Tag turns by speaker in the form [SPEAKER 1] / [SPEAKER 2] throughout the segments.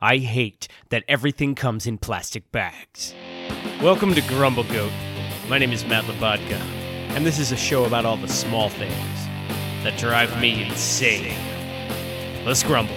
[SPEAKER 1] I hate that everything comes in plastic bags. Welcome to Grumble Goat. My name is Matt Labodka, and this is a show about all the small things that drive me insane. Let's grumble.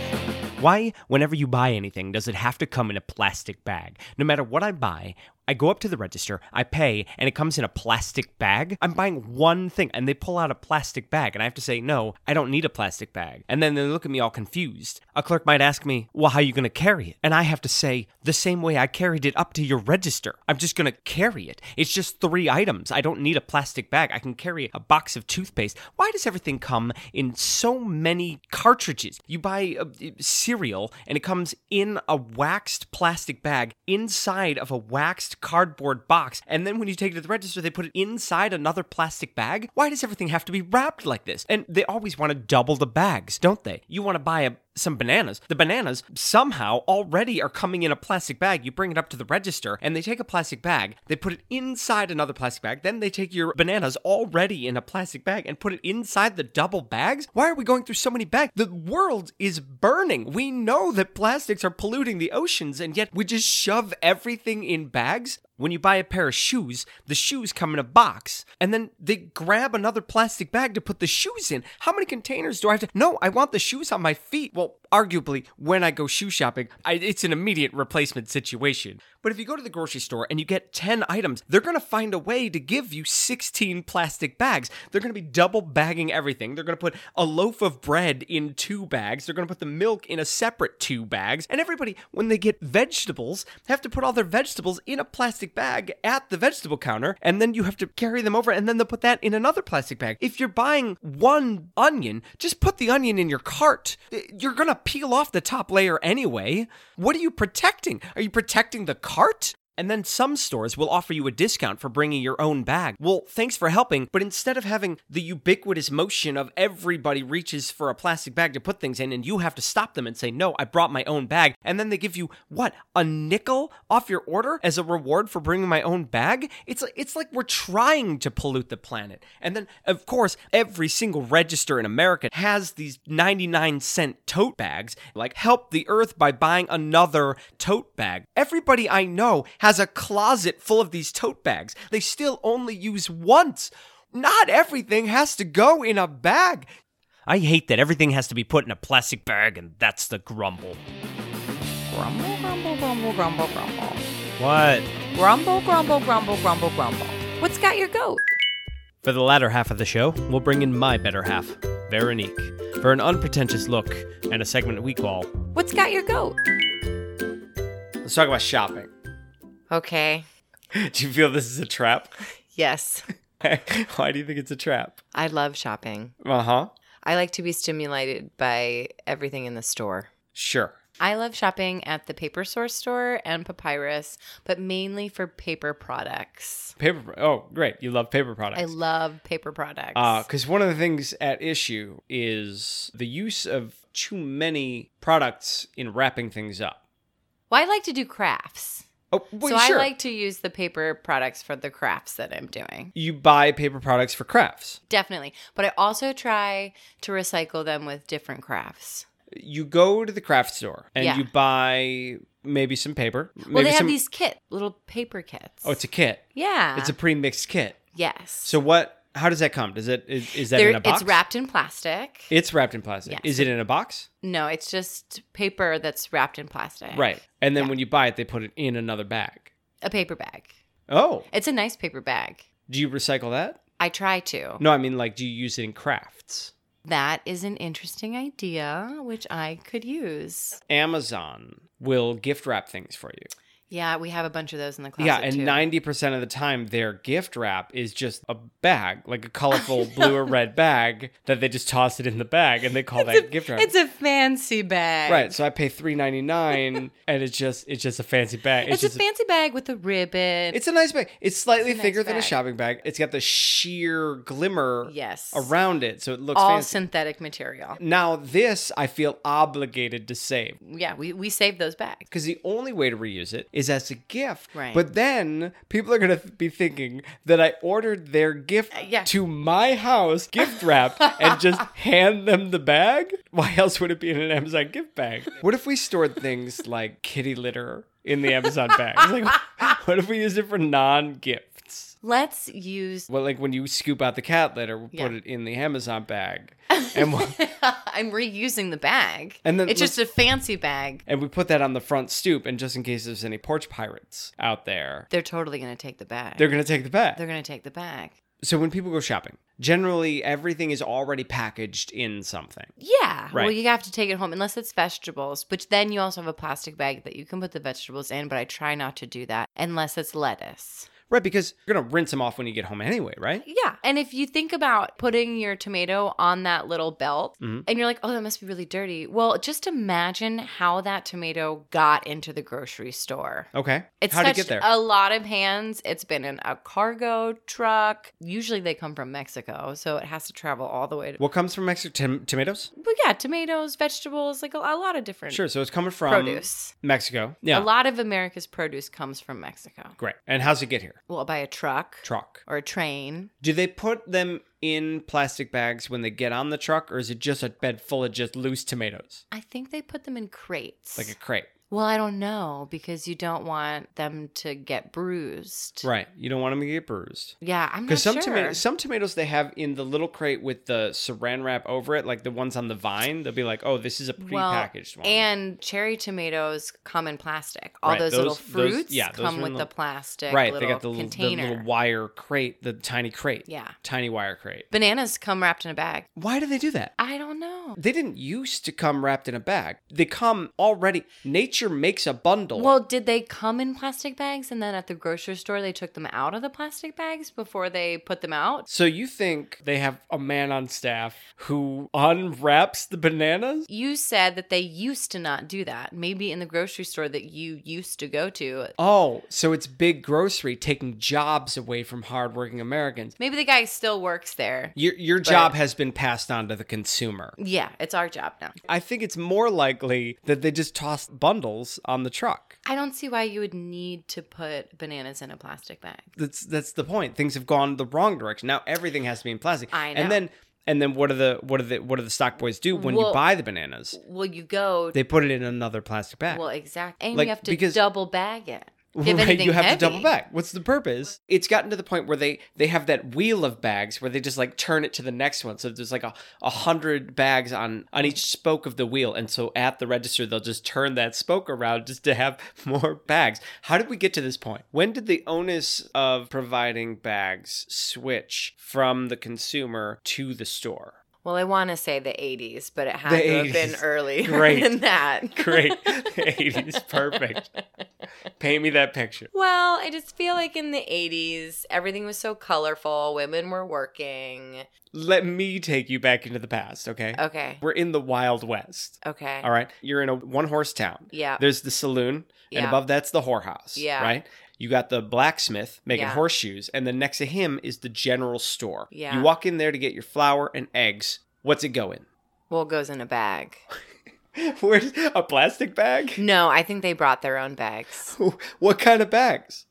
[SPEAKER 1] Why, whenever you buy anything, does it have to come in a plastic bag? No matter what I buy, I go up to the register, I pay, and it comes in a plastic bag. I'm buying one thing, and they pull out a plastic bag, and I have to say, no, I don't need a plastic bag. And then they look at me all confused. A clerk might ask me, well, how are you going to carry it? And I have to say, the same way I carried it up to your register. I'm just going to carry it. It's just three items. I don't need a plastic bag. I can carry a box of toothpaste. Why does everything come in so many cartridges? You buy uh, cereal, and it comes in a waxed plastic bag inside of a waxed cardboard box, and then when you take it to the register, they put it inside another plastic bag? Why does everything have to be wrapped like this? And they always want to double the bags, don't they? You want to buy a some bananas. The bananas somehow already are coming in a plastic bag. You bring it up to the register and they take a plastic bag, they put it inside another plastic bag, then they take your bananas already in a plastic bag and put it inside the double bags. Why are we going through so many bags? The world is burning. We know that plastics are polluting the oceans and yet we just shove everything in bags. When you buy a pair of shoes, the shoes come in a box, and then they grab another plastic bag to put the shoes in. How many containers do I have to? No, I want the shoes on my feet. Well, arguably, when I go shoe shopping, I, it's an immediate replacement situation. But if you go to the grocery store and you get 10 items, they're going to find a way to give you 16 plastic bags. They're going to be double bagging everything. They're going to put a loaf of bread in two bags. They're going to put the milk in a separate two bags. And everybody, when they get vegetables, have to put all their vegetables in a plastic bag at the vegetable counter. And then you have to carry them over and then they'll put that in another plastic bag. If you're buying one onion, just put the onion in your cart. You're going to peel off the top layer anyway. What are you protecting? Are you protecting the cart? And then some stores will offer you a discount for bringing your own bag. Well, thanks for helping, but instead of having the ubiquitous motion of everybody reaches for a plastic bag to put things in and you have to stop them and say, no, I brought my own bag, and then they give you, what, a nickel off your order as a reward for bringing my own bag? It's like, it's like we're trying to pollute the planet. And then, of course, every single register in America has these 99 cent tote bags, like help the earth by buying another tote bag. Everybody I know has a closet full of these tote bags. They still only use once. Not everything has to go in a bag. I hate that everything has to be put in a plastic bag, and that's the grumble.
[SPEAKER 2] Grumble, grumble, grumble, grumble, grumble.
[SPEAKER 1] What?
[SPEAKER 2] Grumble, grumble, grumble, grumble, grumble. What's got your goat?
[SPEAKER 1] For the latter half of the show, we'll bring in my better half, Veronique, for an unpretentious look and a segment we call
[SPEAKER 2] What's got your goat?
[SPEAKER 1] Let's Talk About Shopping.
[SPEAKER 2] Okay.
[SPEAKER 1] Do you feel this is a trap?
[SPEAKER 2] Yes.
[SPEAKER 1] Why do you think it's a trap?
[SPEAKER 2] I love shopping.
[SPEAKER 1] Uh huh.
[SPEAKER 2] I like to be stimulated by everything in the store.
[SPEAKER 1] Sure.
[SPEAKER 2] I love shopping at the paper source store and papyrus, but mainly for paper products.
[SPEAKER 1] Paper. Oh, great. You love paper products.
[SPEAKER 2] I love paper products.
[SPEAKER 1] Because one of the things at issue is the use of too many products in wrapping things up.
[SPEAKER 2] well, I like to do crafts.
[SPEAKER 1] Oh, well,
[SPEAKER 2] so
[SPEAKER 1] sure.
[SPEAKER 2] I like to use the paper products for the crafts that I'm doing.
[SPEAKER 1] you buy paper products for crafts.
[SPEAKER 2] Definitely. But I also try to recycle them with different crafts.
[SPEAKER 1] You go to the craft store and
[SPEAKER 2] Yeah.
[SPEAKER 1] you buy maybe some paper. Maybe
[SPEAKER 2] Well, they have
[SPEAKER 1] some,
[SPEAKER 2] these Ah. kit, little paper kits.
[SPEAKER 1] Oh, it's a kit.
[SPEAKER 2] yeah.
[SPEAKER 1] It's a pre-mixed kit.
[SPEAKER 2] yes.
[SPEAKER 1] So what? How does that come? Does it is, is that
[SPEAKER 2] They're-
[SPEAKER 1] in a box?
[SPEAKER 2] it's wrapped in plastic.
[SPEAKER 1] It's wrapped in plastic.
[SPEAKER 2] Yes.
[SPEAKER 1] Is it in a box?
[SPEAKER 2] no, it's just paper that's wrapped in plastic.
[SPEAKER 1] Right. And then
[SPEAKER 2] Yeah.
[SPEAKER 1] when you buy it, they put it in another bag.
[SPEAKER 2] A paper bag.
[SPEAKER 1] Oh,
[SPEAKER 2] It's a nice paper bag.
[SPEAKER 1] do you recycle that?
[SPEAKER 2] I try to.
[SPEAKER 1] No, I mean like, do you use it in crafts?
[SPEAKER 2] That is an interesting idea, which I could use.
[SPEAKER 1] Amazon will gift wrap things for you.
[SPEAKER 2] Yeah, we have a bunch of those in the closet.
[SPEAKER 1] yeah, and
[SPEAKER 2] too.
[SPEAKER 1] ninety percent of the time, their gift wrap is just a bag, like a colorful blue or red bag that they just toss it in the bag, and they call that gift wrap.
[SPEAKER 2] It's a fancy bag.
[SPEAKER 1] right. So I pay three ninety nine, and it's just it's just a fancy bag.
[SPEAKER 2] It's,
[SPEAKER 1] just
[SPEAKER 2] a fancy bag with a ribbon.
[SPEAKER 1] it's a nice bag. It's slightly
[SPEAKER 2] It's a nice
[SPEAKER 1] thicker than a
[SPEAKER 2] bag.
[SPEAKER 1] shopping bag. It's got the sheer glimmer
[SPEAKER 2] yes.
[SPEAKER 1] around it, so it looks
[SPEAKER 2] all
[SPEAKER 1] fancy.
[SPEAKER 2] synthetic material.
[SPEAKER 1] now this I feel obligated to save.
[SPEAKER 2] Yeah, we, we save those bags.
[SPEAKER 1] Because the only way to reuse it is is as a gift.
[SPEAKER 2] Right.
[SPEAKER 1] But then people are going to be thinking that I ordered their gift
[SPEAKER 2] Uh, yeah.
[SPEAKER 1] to my house, gift wrapped, and just hand them the bag. Why else would it be in an Amazon gift bag? What if we stored things like kitty litter in the Amazon bag? It's like, what if we used it for non gifts?
[SPEAKER 2] Let's use.
[SPEAKER 1] Well, like when you scoop out the cat litter, we'll
[SPEAKER 2] Yeah.
[SPEAKER 1] put it in the Amazon bag, and we
[SPEAKER 2] I'm reusing the bag.
[SPEAKER 1] And then
[SPEAKER 2] it's just a fancy bag.
[SPEAKER 1] and we put that on the front stoop, and just in case there's any porch pirates out there,
[SPEAKER 2] They're totally going to take the bag.
[SPEAKER 1] they're gonna take the bag.
[SPEAKER 2] They're going to take the bag.
[SPEAKER 1] so when people go shopping, generally everything is already packaged in something.
[SPEAKER 2] Yeah. Well,
[SPEAKER 1] Right.
[SPEAKER 2] you have to take it home unless it's vegetables, which then you also have a plastic bag that you can put the vegetables in, but I try not to do that unless it's lettuce.
[SPEAKER 1] Right, because you're gonna rinse them off when you get home anyway, right?
[SPEAKER 2] Yeah. And if you think about putting your tomato on that little belt
[SPEAKER 1] Mhm.
[SPEAKER 2] and you're like, oh, that must be really dirty. Well, just imagine how that tomato got into the grocery store.
[SPEAKER 1] Okay.
[SPEAKER 2] It's
[SPEAKER 1] How'd it
[SPEAKER 2] touched
[SPEAKER 1] get there?
[SPEAKER 2] a lot of hands. It's been in a cargo truck. Usually they come from Mexico, so it has to travel all the way to.
[SPEAKER 1] what comes from Mexico? Tom- tomatoes?
[SPEAKER 2] But yeah, tomatoes, vegetables, like a, a lot of different
[SPEAKER 1] Sure. So it's coming from
[SPEAKER 2] produce.
[SPEAKER 1] Mexico. Yeah.
[SPEAKER 2] A lot of America's produce comes from Mexico.
[SPEAKER 1] Great. And how's it get here?
[SPEAKER 2] Well, by a truck
[SPEAKER 1] Truck.
[SPEAKER 2] or a train.
[SPEAKER 1] Do they put them in plastic bags when they get on the truck, or is it just a bed full of just loose tomatoes,
[SPEAKER 2] I think they put them in crates.
[SPEAKER 1] like a crate?
[SPEAKER 2] well, I don't know because you don't want them to get bruised.
[SPEAKER 1] Right. You don't want them to get bruised.
[SPEAKER 2] Yeah, I'm not
[SPEAKER 1] Because some
[SPEAKER 2] sure.
[SPEAKER 1] tomatoes, some tomatoes they have in the little crate with the Saran wrap over it, like the ones on the vine. They'll be like, "Oh, this is a prepackaged one."
[SPEAKER 2] And cherry tomatoes come in plastic. All
[SPEAKER 1] Right,
[SPEAKER 2] those,
[SPEAKER 1] those-
[SPEAKER 2] little
[SPEAKER 1] those-
[SPEAKER 2] fruits
[SPEAKER 1] yeah, those
[SPEAKER 2] come
[SPEAKER 1] are in
[SPEAKER 2] with
[SPEAKER 1] the-
[SPEAKER 2] the, plastic
[SPEAKER 1] right,
[SPEAKER 2] little
[SPEAKER 1] they got the, little- the
[SPEAKER 2] container.
[SPEAKER 1] little wire crate, the tiny crate,
[SPEAKER 2] yeah.
[SPEAKER 1] tiny wire crate.
[SPEAKER 2] Bananas come wrapped in a bag.
[SPEAKER 1] Why do they do that?
[SPEAKER 2] I don't know.
[SPEAKER 1] They didn't used to come wrapped in a bag. They come already. Nature makes a bundle.
[SPEAKER 2] Well, did they come in plastic bags and then at the grocery store they took them out of the plastic bags before they put them out?
[SPEAKER 1] So you think they have a man on staff who unwraps the bananas?
[SPEAKER 2] You said that they used to not do that. Maybe in the grocery store that you used to go to.
[SPEAKER 1] Oh, so it's big grocery taking jobs away from hardworking Americans.
[SPEAKER 2] Maybe the guy still works there.
[SPEAKER 1] Your your job has been passed on to the consumer.
[SPEAKER 2] Yeah, it's our job now.
[SPEAKER 1] I think it's more likely that they just toss bundles on the truck.
[SPEAKER 2] I don't see why you would need to put bananas in a plastic bag.
[SPEAKER 1] That's that's the point. Things have gone the wrong direction. Now everything has to be in plastic.
[SPEAKER 2] I know.
[SPEAKER 1] And then and then what are the what are the what do the stock boys do when you
[SPEAKER 2] Well-
[SPEAKER 1] buy the bananas?
[SPEAKER 2] Well, you go.
[SPEAKER 1] They put it in another plastic bag.
[SPEAKER 2] well, exactly. And
[SPEAKER 1] Like,
[SPEAKER 2] you have to
[SPEAKER 1] because-
[SPEAKER 2] double bag it. If
[SPEAKER 1] right,
[SPEAKER 2] anything
[SPEAKER 1] you have
[SPEAKER 2] heavy.
[SPEAKER 1] to double back. What's the purpose? It's gotten to the point where they they have that wheel of bags where they just like turn it to the next one. So there's like a, a hundred bags on on each spoke of the wheel, and so at the register they'll just turn that spoke around just to have more bags. How did we get to this point? When did the onus of providing bags switch from the consumer to the store?
[SPEAKER 2] Well, I want to say the 80s, but it had
[SPEAKER 1] The
[SPEAKER 2] to have been
[SPEAKER 1] 80s.
[SPEAKER 2] earlier
[SPEAKER 1] Great.
[SPEAKER 2] than that.
[SPEAKER 1] Great, eighties, perfect. Paint me that picture.
[SPEAKER 2] Well, I just feel like in the 80s, everything was so colorful. Women were working.
[SPEAKER 1] Let me take you back into the past, okay?
[SPEAKER 2] Okay.
[SPEAKER 1] We're in the Wild West.
[SPEAKER 2] Okay.
[SPEAKER 1] All right. You're in a one horse town.
[SPEAKER 2] Yeah.
[SPEAKER 1] There's the saloon, and
[SPEAKER 2] Uh, Yeah.
[SPEAKER 1] above that's the whorehouse.
[SPEAKER 2] Yeah.
[SPEAKER 1] Right? You got the blacksmith making
[SPEAKER 2] Yeah.
[SPEAKER 1] horseshoes, and then next to him is the general store.
[SPEAKER 2] Yeah.
[SPEAKER 1] You walk in there to get your flour and eggs. What's it going?
[SPEAKER 2] Well, it goes in a bag.
[SPEAKER 1] Where's a plastic bag?
[SPEAKER 2] No, I think they brought their own bags.
[SPEAKER 1] what kind of bags?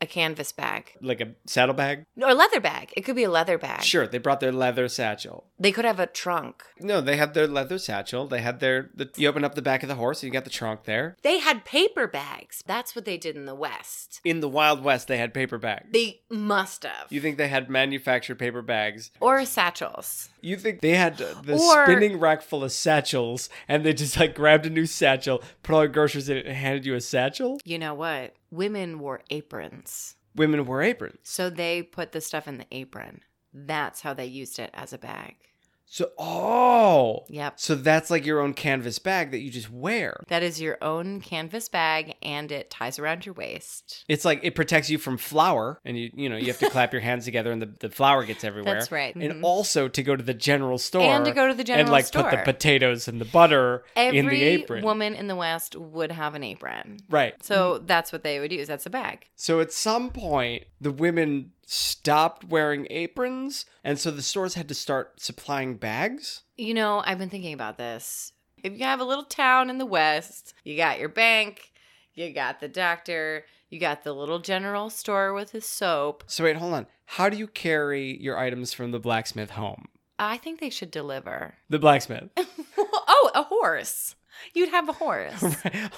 [SPEAKER 2] A canvas bag
[SPEAKER 1] Like a saddle bag?
[SPEAKER 2] or leather bag. It could be a leather bag.
[SPEAKER 1] Sure, they brought their leather satchel.
[SPEAKER 2] They could have a trunk.
[SPEAKER 1] No, they had their leather satchel. They had their. The, you open up the back of the horse, and you got the trunk there.
[SPEAKER 2] They had paper bags. That's what they did in the West.
[SPEAKER 1] In the Wild West, they had paper bags.
[SPEAKER 2] They must have.
[SPEAKER 1] you think they had manufactured paper bags
[SPEAKER 2] or satchels.
[SPEAKER 1] You think they had uh, the
[SPEAKER 2] Or-
[SPEAKER 1] spinning rack full of satchels, and they just like grabbed a new satchel, put all your groceries in it, and handed you a satchel?
[SPEAKER 2] You know what? Women wore aprons.
[SPEAKER 1] Women wore aprons,
[SPEAKER 2] So they put the stuff in the apron. That's how they used it as a bag.
[SPEAKER 1] so oh,
[SPEAKER 2] Yep.
[SPEAKER 1] so that's like your own canvas bag that you just wear.
[SPEAKER 2] That is your own canvas bag and it ties around your waist.
[SPEAKER 1] It's like it protects you from flour, and you you know you have to clap your hands together, and the, the flour gets everywhere.
[SPEAKER 2] That's right.
[SPEAKER 1] And
[SPEAKER 2] mhm.
[SPEAKER 1] also to go to the general store
[SPEAKER 2] and to go to the general
[SPEAKER 1] and like
[SPEAKER 2] store.
[SPEAKER 1] put the potatoes and the butter
[SPEAKER 2] Every
[SPEAKER 1] in the apron.
[SPEAKER 2] woman in the West would have an apron.
[SPEAKER 1] right.
[SPEAKER 2] So that's what they would use. That's a bag.
[SPEAKER 1] So at some point, the women stopped wearing aprons, and so the stores had to start supplying bags.
[SPEAKER 2] You know, I've been thinking about this. If you have a little town in the West, you got your bank, You got the doctor. You got the little general store with his soap.
[SPEAKER 1] So wait, hold on. How do you carry your items from the blacksmith home?
[SPEAKER 2] I think they should deliver.
[SPEAKER 1] The blacksmith.
[SPEAKER 2] oh, a horse. You'd have a horse.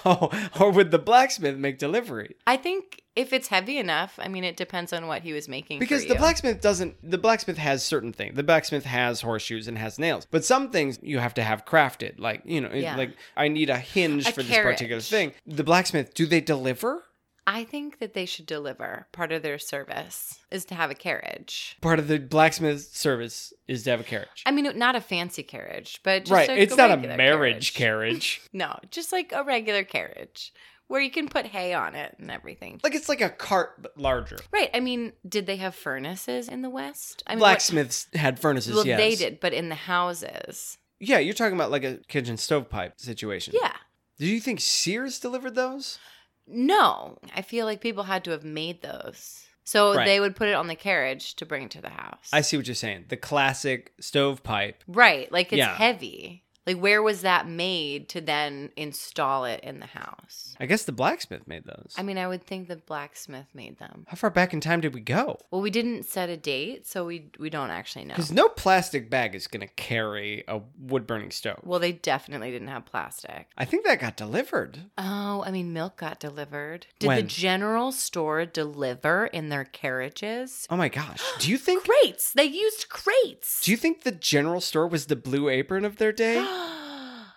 [SPEAKER 1] oh, or would the blacksmith make delivery?
[SPEAKER 2] I think if it's heavy enough, I mean, it depends on what he was making. for
[SPEAKER 1] Because the
[SPEAKER 2] you.
[SPEAKER 1] blacksmith doesn't. The blacksmith has certain things. The blacksmith has horseshoes and has nails, but some things you have to have crafted. Like you know, it-
[SPEAKER 2] Yeah.
[SPEAKER 1] like I need a hinge
[SPEAKER 2] A
[SPEAKER 1] for
[SPEAKER 2] carriage.
[SPEAKER 1] this particular thing. The blacksmith. Do they deliver?
[SPEAKER 2] I think that they should deliver. Part of their service is to have a carriage.
[SPEAKER 1] Part of the blacksmith service is to have a carriage.
[SPEAKER 2] I mean, not a fancy carriage, but just
[SPEAKER 1] right.
[SPEAKER 2] a
[SPEAKER 1] It's not a
[SPEAKER 2] regular
[SPEAKER 1] marriage carriage.
[SPEAKER 2] No, just like a regular carriage where you can put hay on it and everything.
[SPEAKER 1] like it's like a cart but larger.
[SPEAKER 2] Right. I mean, did they have furnaces in the West? I mean, what-
[SPEAKER 1] Blacksmiths had furnaces.
[SPEAKER 2] Well,
[SPEAKER 1] yes.
[SPEAKER 2] they did, but in the houses.
[SPEAKER 1] Yeah, you're talking about like a kitchen stovepipe situation.
[SPEAKER 2] Yeah.
[SPEAKER 1] Do you think Sears delivered those?
[SPEAKER 2] No, I feel like people had to have made those. So
[SPEAKER 1] Right.
[SPEAKER 2] they would put it on the carriage to bring it to the house.
[SPEAKER 1] I see what you're saying. The classic stovepipe.
[SPEAKER 2] Right. Like it's
[SPEAKER 1] Yeah.
[SPEAKER 2] heavy. Like where was that made to then install it in the house?
[SPEAKER 1] I guess the blacksmith made those.
[SPEAKER 2] I mean, I would think the blacksmith made them.
[SPEAKER 1] How far back in time did we go?
[SPEAKER 2] Well, we didn't set a date, so we we don't actually know.
[SPEAKER 1] Because no plastic bag is going to carry a wood burning stove.
[SPEAKER 2] Well, they definitely didn't have plastic.
[SPEAKER 1] I think that got delivered.
[SPEAKER 2] Oh, I mean, milk got delivered. Did the
[SPEAKER 1] When?
[SPEAKER 2] general store deliver in their carriages?
[SPEAKER 1] Oh my gosh. Do you think
[SPEAKER 2] Crates. They used crates.
[SPEAKER 1] do you think the general store was the blue apron of their day?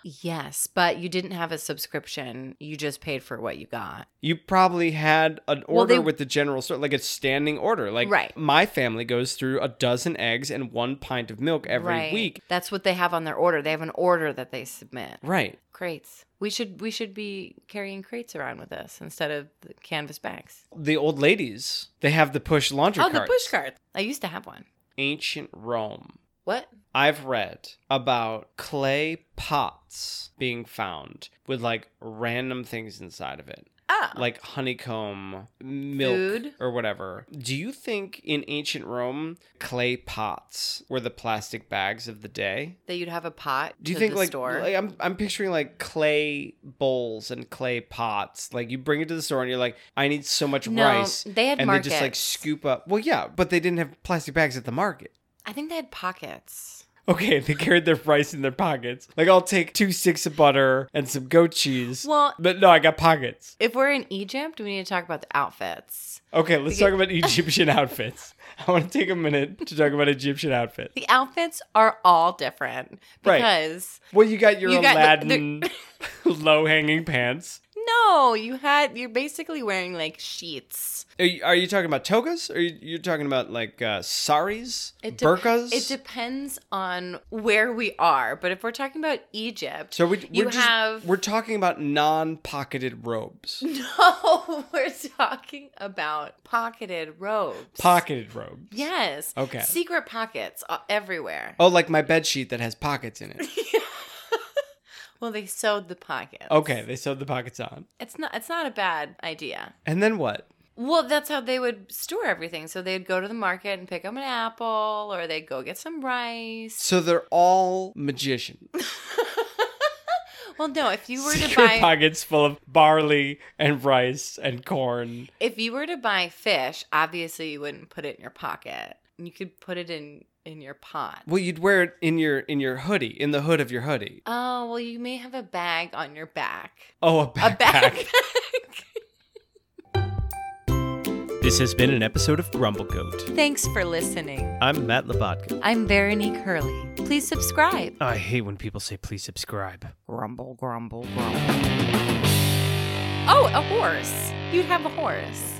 [SPEAKER 2] yes, but you didn't have a subscription. You just paid for what you got.
[SPEAKER 1] You probably had an order
[SPEAKER 2] Well, they-
[SPEAKER 1] with the general store, like a standing order. Like
[SPEAKER 2] Right.
[SPEAKER 1] my family goes through a dozen eggs and one pint of milk every
[SPEAKER 2] Right.
[SPEAKER 1] week.
[SPEAKER 2] That's what they have on their order. They have an order that they submit.
[SPEAKER 1] Right.
[SPEAKER 2] Crates. We should we should be carrying crates around with us instead of the canvas bags.
[SPEAKER 1] The old ladies, they have the push laundry
[SPEAKER 2] oh,
[SPEAKER 1] carts.
[SPEAKER 2] the push cart. I used to have one.
[SPEAKER 1] Ancient Rome.
[SPEAKER 2] What?
[SPEAKER 1] I've read about clay pots being found with like random things inside of it,
[SPEAKER 2] Oh.
[SPEAKER 1] like honeycomb, milk,
[SPEAKER 2] Food?
[SPEAKER 1] or whatever. Do you think in ancient Rome, clay pots were the plastic bags of the day?
[SPEAKER 2] that you'd have a pot.
[SPEAKER 1] Do you
[SPEAKER 2] to
[SPEAKER 1] think
[SPEAKER 2] the
[SPEAKER 1] like,
[SPEAKER 2] store?
[SPEAKER 1] like I'm I'm picturing like clay bowls and clay pots. Like you bring it to the store and you're like, I need so much
[SPEAKER 2] no,
[SPEAKER 1] rice.
[SPEAKER 2] they had
[SPEAKER 1] And
[SPEAKER 2] markets.
[SPEAKER 1] they just like scoop up. Well, yeah, but they didn't have plastic bags at the market.
[SPEAKER 2] I think they had pockets.
[SPEAKER 1] Okay, they carried their rice in their pockets. Like, I'll take two sticks of butter and some goat cheese.
[SPEAKER 2] Well,
[SPEAKER 1] but no, I got pockets.
[SPEAKER 2] if we're in Egypt, we need to talk about the outfits.
[SPEAKER 1] Okay, let's talk about Egyptian outfits. I want to take a minute to talk about Egyptian outfits.
[SPEAKER 2] The outfits are all different
[SPEAKER 1] Right.
[SPEAKER 2] because
[SPEAKER 1] Well, you got your
[SPEAKER 2] You got-
[SPEAKER 1] Aladdin low hanging pants.
[SPEAKER 2] no, you had you're basically wearing like sheets.
[SPEAKER 1] Are you, are you talking about togas? Or are you, you're talking about like uh, saris?
[SPEAKER 2] It de-
[SPEAKER 1] burkas?
[SPEAKER 2] It depends on where we are, but if we're talking about Egypt,
[SPEAKER 1] so we, we're
[SPEAKER 2] you
[SPEAKER 1] just-
[SPEAKER 2] have-
[SPEAKER 1] we're talking about non-pocketed robes,
[SPEAKER 2] no, we're talking about pocketed robes.
[SPEAKER 1] pocketed robes.
[SPEAKER 2] Yes.
[SPEAKER 1] Okay.
[SPEAKER 2] Secret pockets uh, everywhere.
[SPEAKER 1] Oh, like my bed sheet that has pockets in it.
[SPEAKER 2] Well, they sewed the pockets.
[SPEAKER 1] Okay, they sewed the pockets on.
[SPEAKER 2] It's not it's not a bad idea.
[SPEAKER 1] And then what?
[SPEAKER 2] Well, that's how they would store everything. So they'd go to the market and pick up an apple or they'd go get some rice.
[SPEAKER 1] So they're all magicians.
[SPEAKER 2] Well, no, if you were to
[SPEAKER 1] Secret
[SPEAKER 2] buy
[SPEAKER 1] pockets full of barley and rice and corn.
[SPEAKER 2] if you were to buy fish, obviously you wouldn't put it in your pocket. You could put it in in your pot.
[SPEAKER 1] Well, you'd wear it in your in your hoodie, in the hood of your hoodie.
[SPEAKER 2] Oh, well, you may have a bag on your back.
[SPEAKER 1] Oh, a
[SPEAKER 2] A
[SPEAKER 1] backpack.
[SPEAKER 2] backpack.
[SPEAKER 3] This has been an episode of Grumble Goat.
[SPEAKER 2] Thanks for listening.
[SPEAKER 3] I'm Matt Labatka.
[SPEAKER 2] I'm Veronique Hurley. Please subscribe.
[SPEAKER 3] I hate when people say please subscribe.
[SPEAKER 2] Grumble, grumble, grumble. Oh, a horse. You'd have a horse.